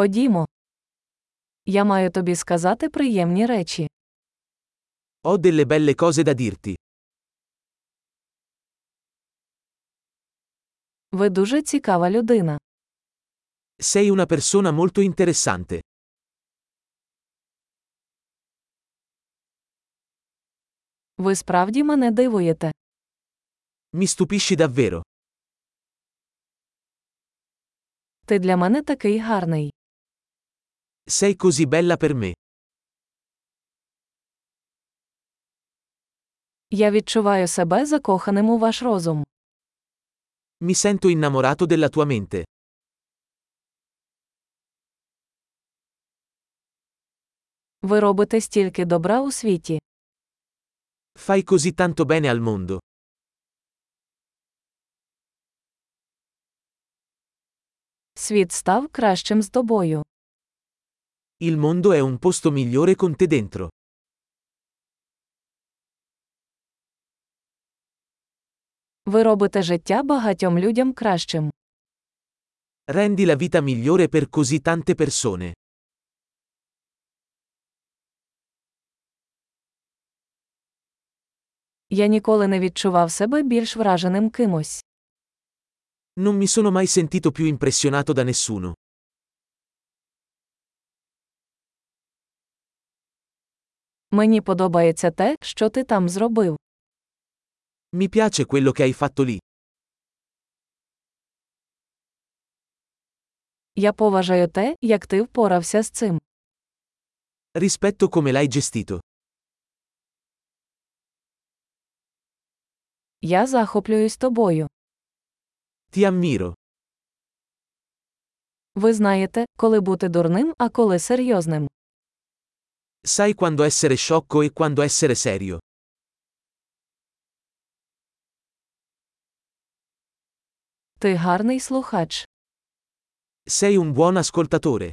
Ходімо. Я маю тобі сказати приємні речі. Ho delle belle cose da dirti. Ви дуже цікава людина. Sei una persona molto interessante. Ви справді мене дивуєте. Mi stupisci davvero. Ти для мене такий гарний. Sei così bella per me. Я відчуваю себе закоханим у ваш розум. Mi sento innamorato della tua mente. Ви робите стільки добра у світі. Fai così tanto bene al mondo. Світ став кращим з тобою. Il mondo è un posto migliore con te dentro. Ви робите життя багатьом людям кращим. Rendi la vita migliore per così tante persone. Я ніколи не відчував себе більш враженим кимось. Non mi sono mai sentito più impressionato da nessuno. Мені подобається те, що ти там зробив. Mi piace quello che hai fatto lì. Я поважаю те, як ти впорався з цим. Rispetto come l'hai gestito. Я захоплююсь тобою. Ti ammiro. Ви знаєте, коли бути дурним, а коли серйозним. Sai quando essere sciocco e quando essere serio. Ти гарний слухач. Sei un buon ascoltatore.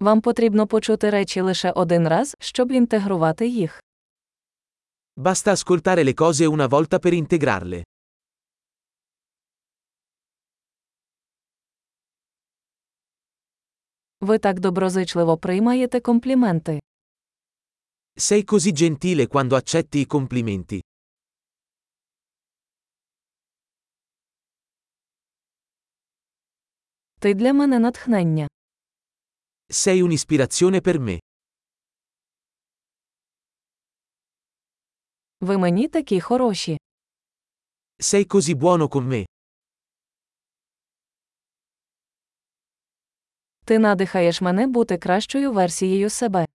Вам потрібно почути речі лише один раз, щоб інтегрувати їх. Basta ascoltare le cose una volta per integrarle. Ви так доброзичливо приймаєте компліменти. Sei così gentile quando accetti i complimenti. Ти для мене натхнення. Sei un'ispirazione per me. Ви мені такі хороші. Sei così buono con me. Ти надихаєш мене бути кращою версією себе.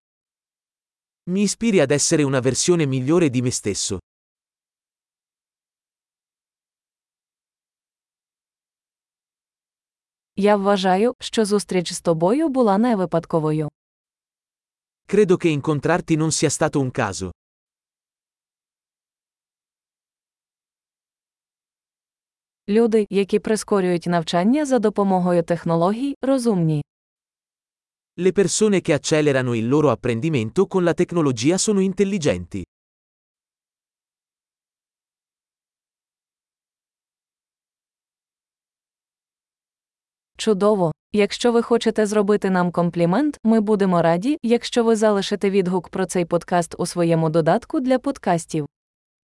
Mi ispiri ad essere una versione migliore di me stesso. Я вважаю, що зустріч з тобою була не випадковою. Credo che incontrarti non sia stato un caso. Люди, які прискорюють навчання за допомогою технологій, розумні. Le persone che accelerano il loro apprendimento con la tecnologia sono intelligenti. Чудово! Якщо ви хочете зробити нам комплімент, ми будемо раді, якщо ви залишите відгук про цей подкаст у своєму додатку для подкастів.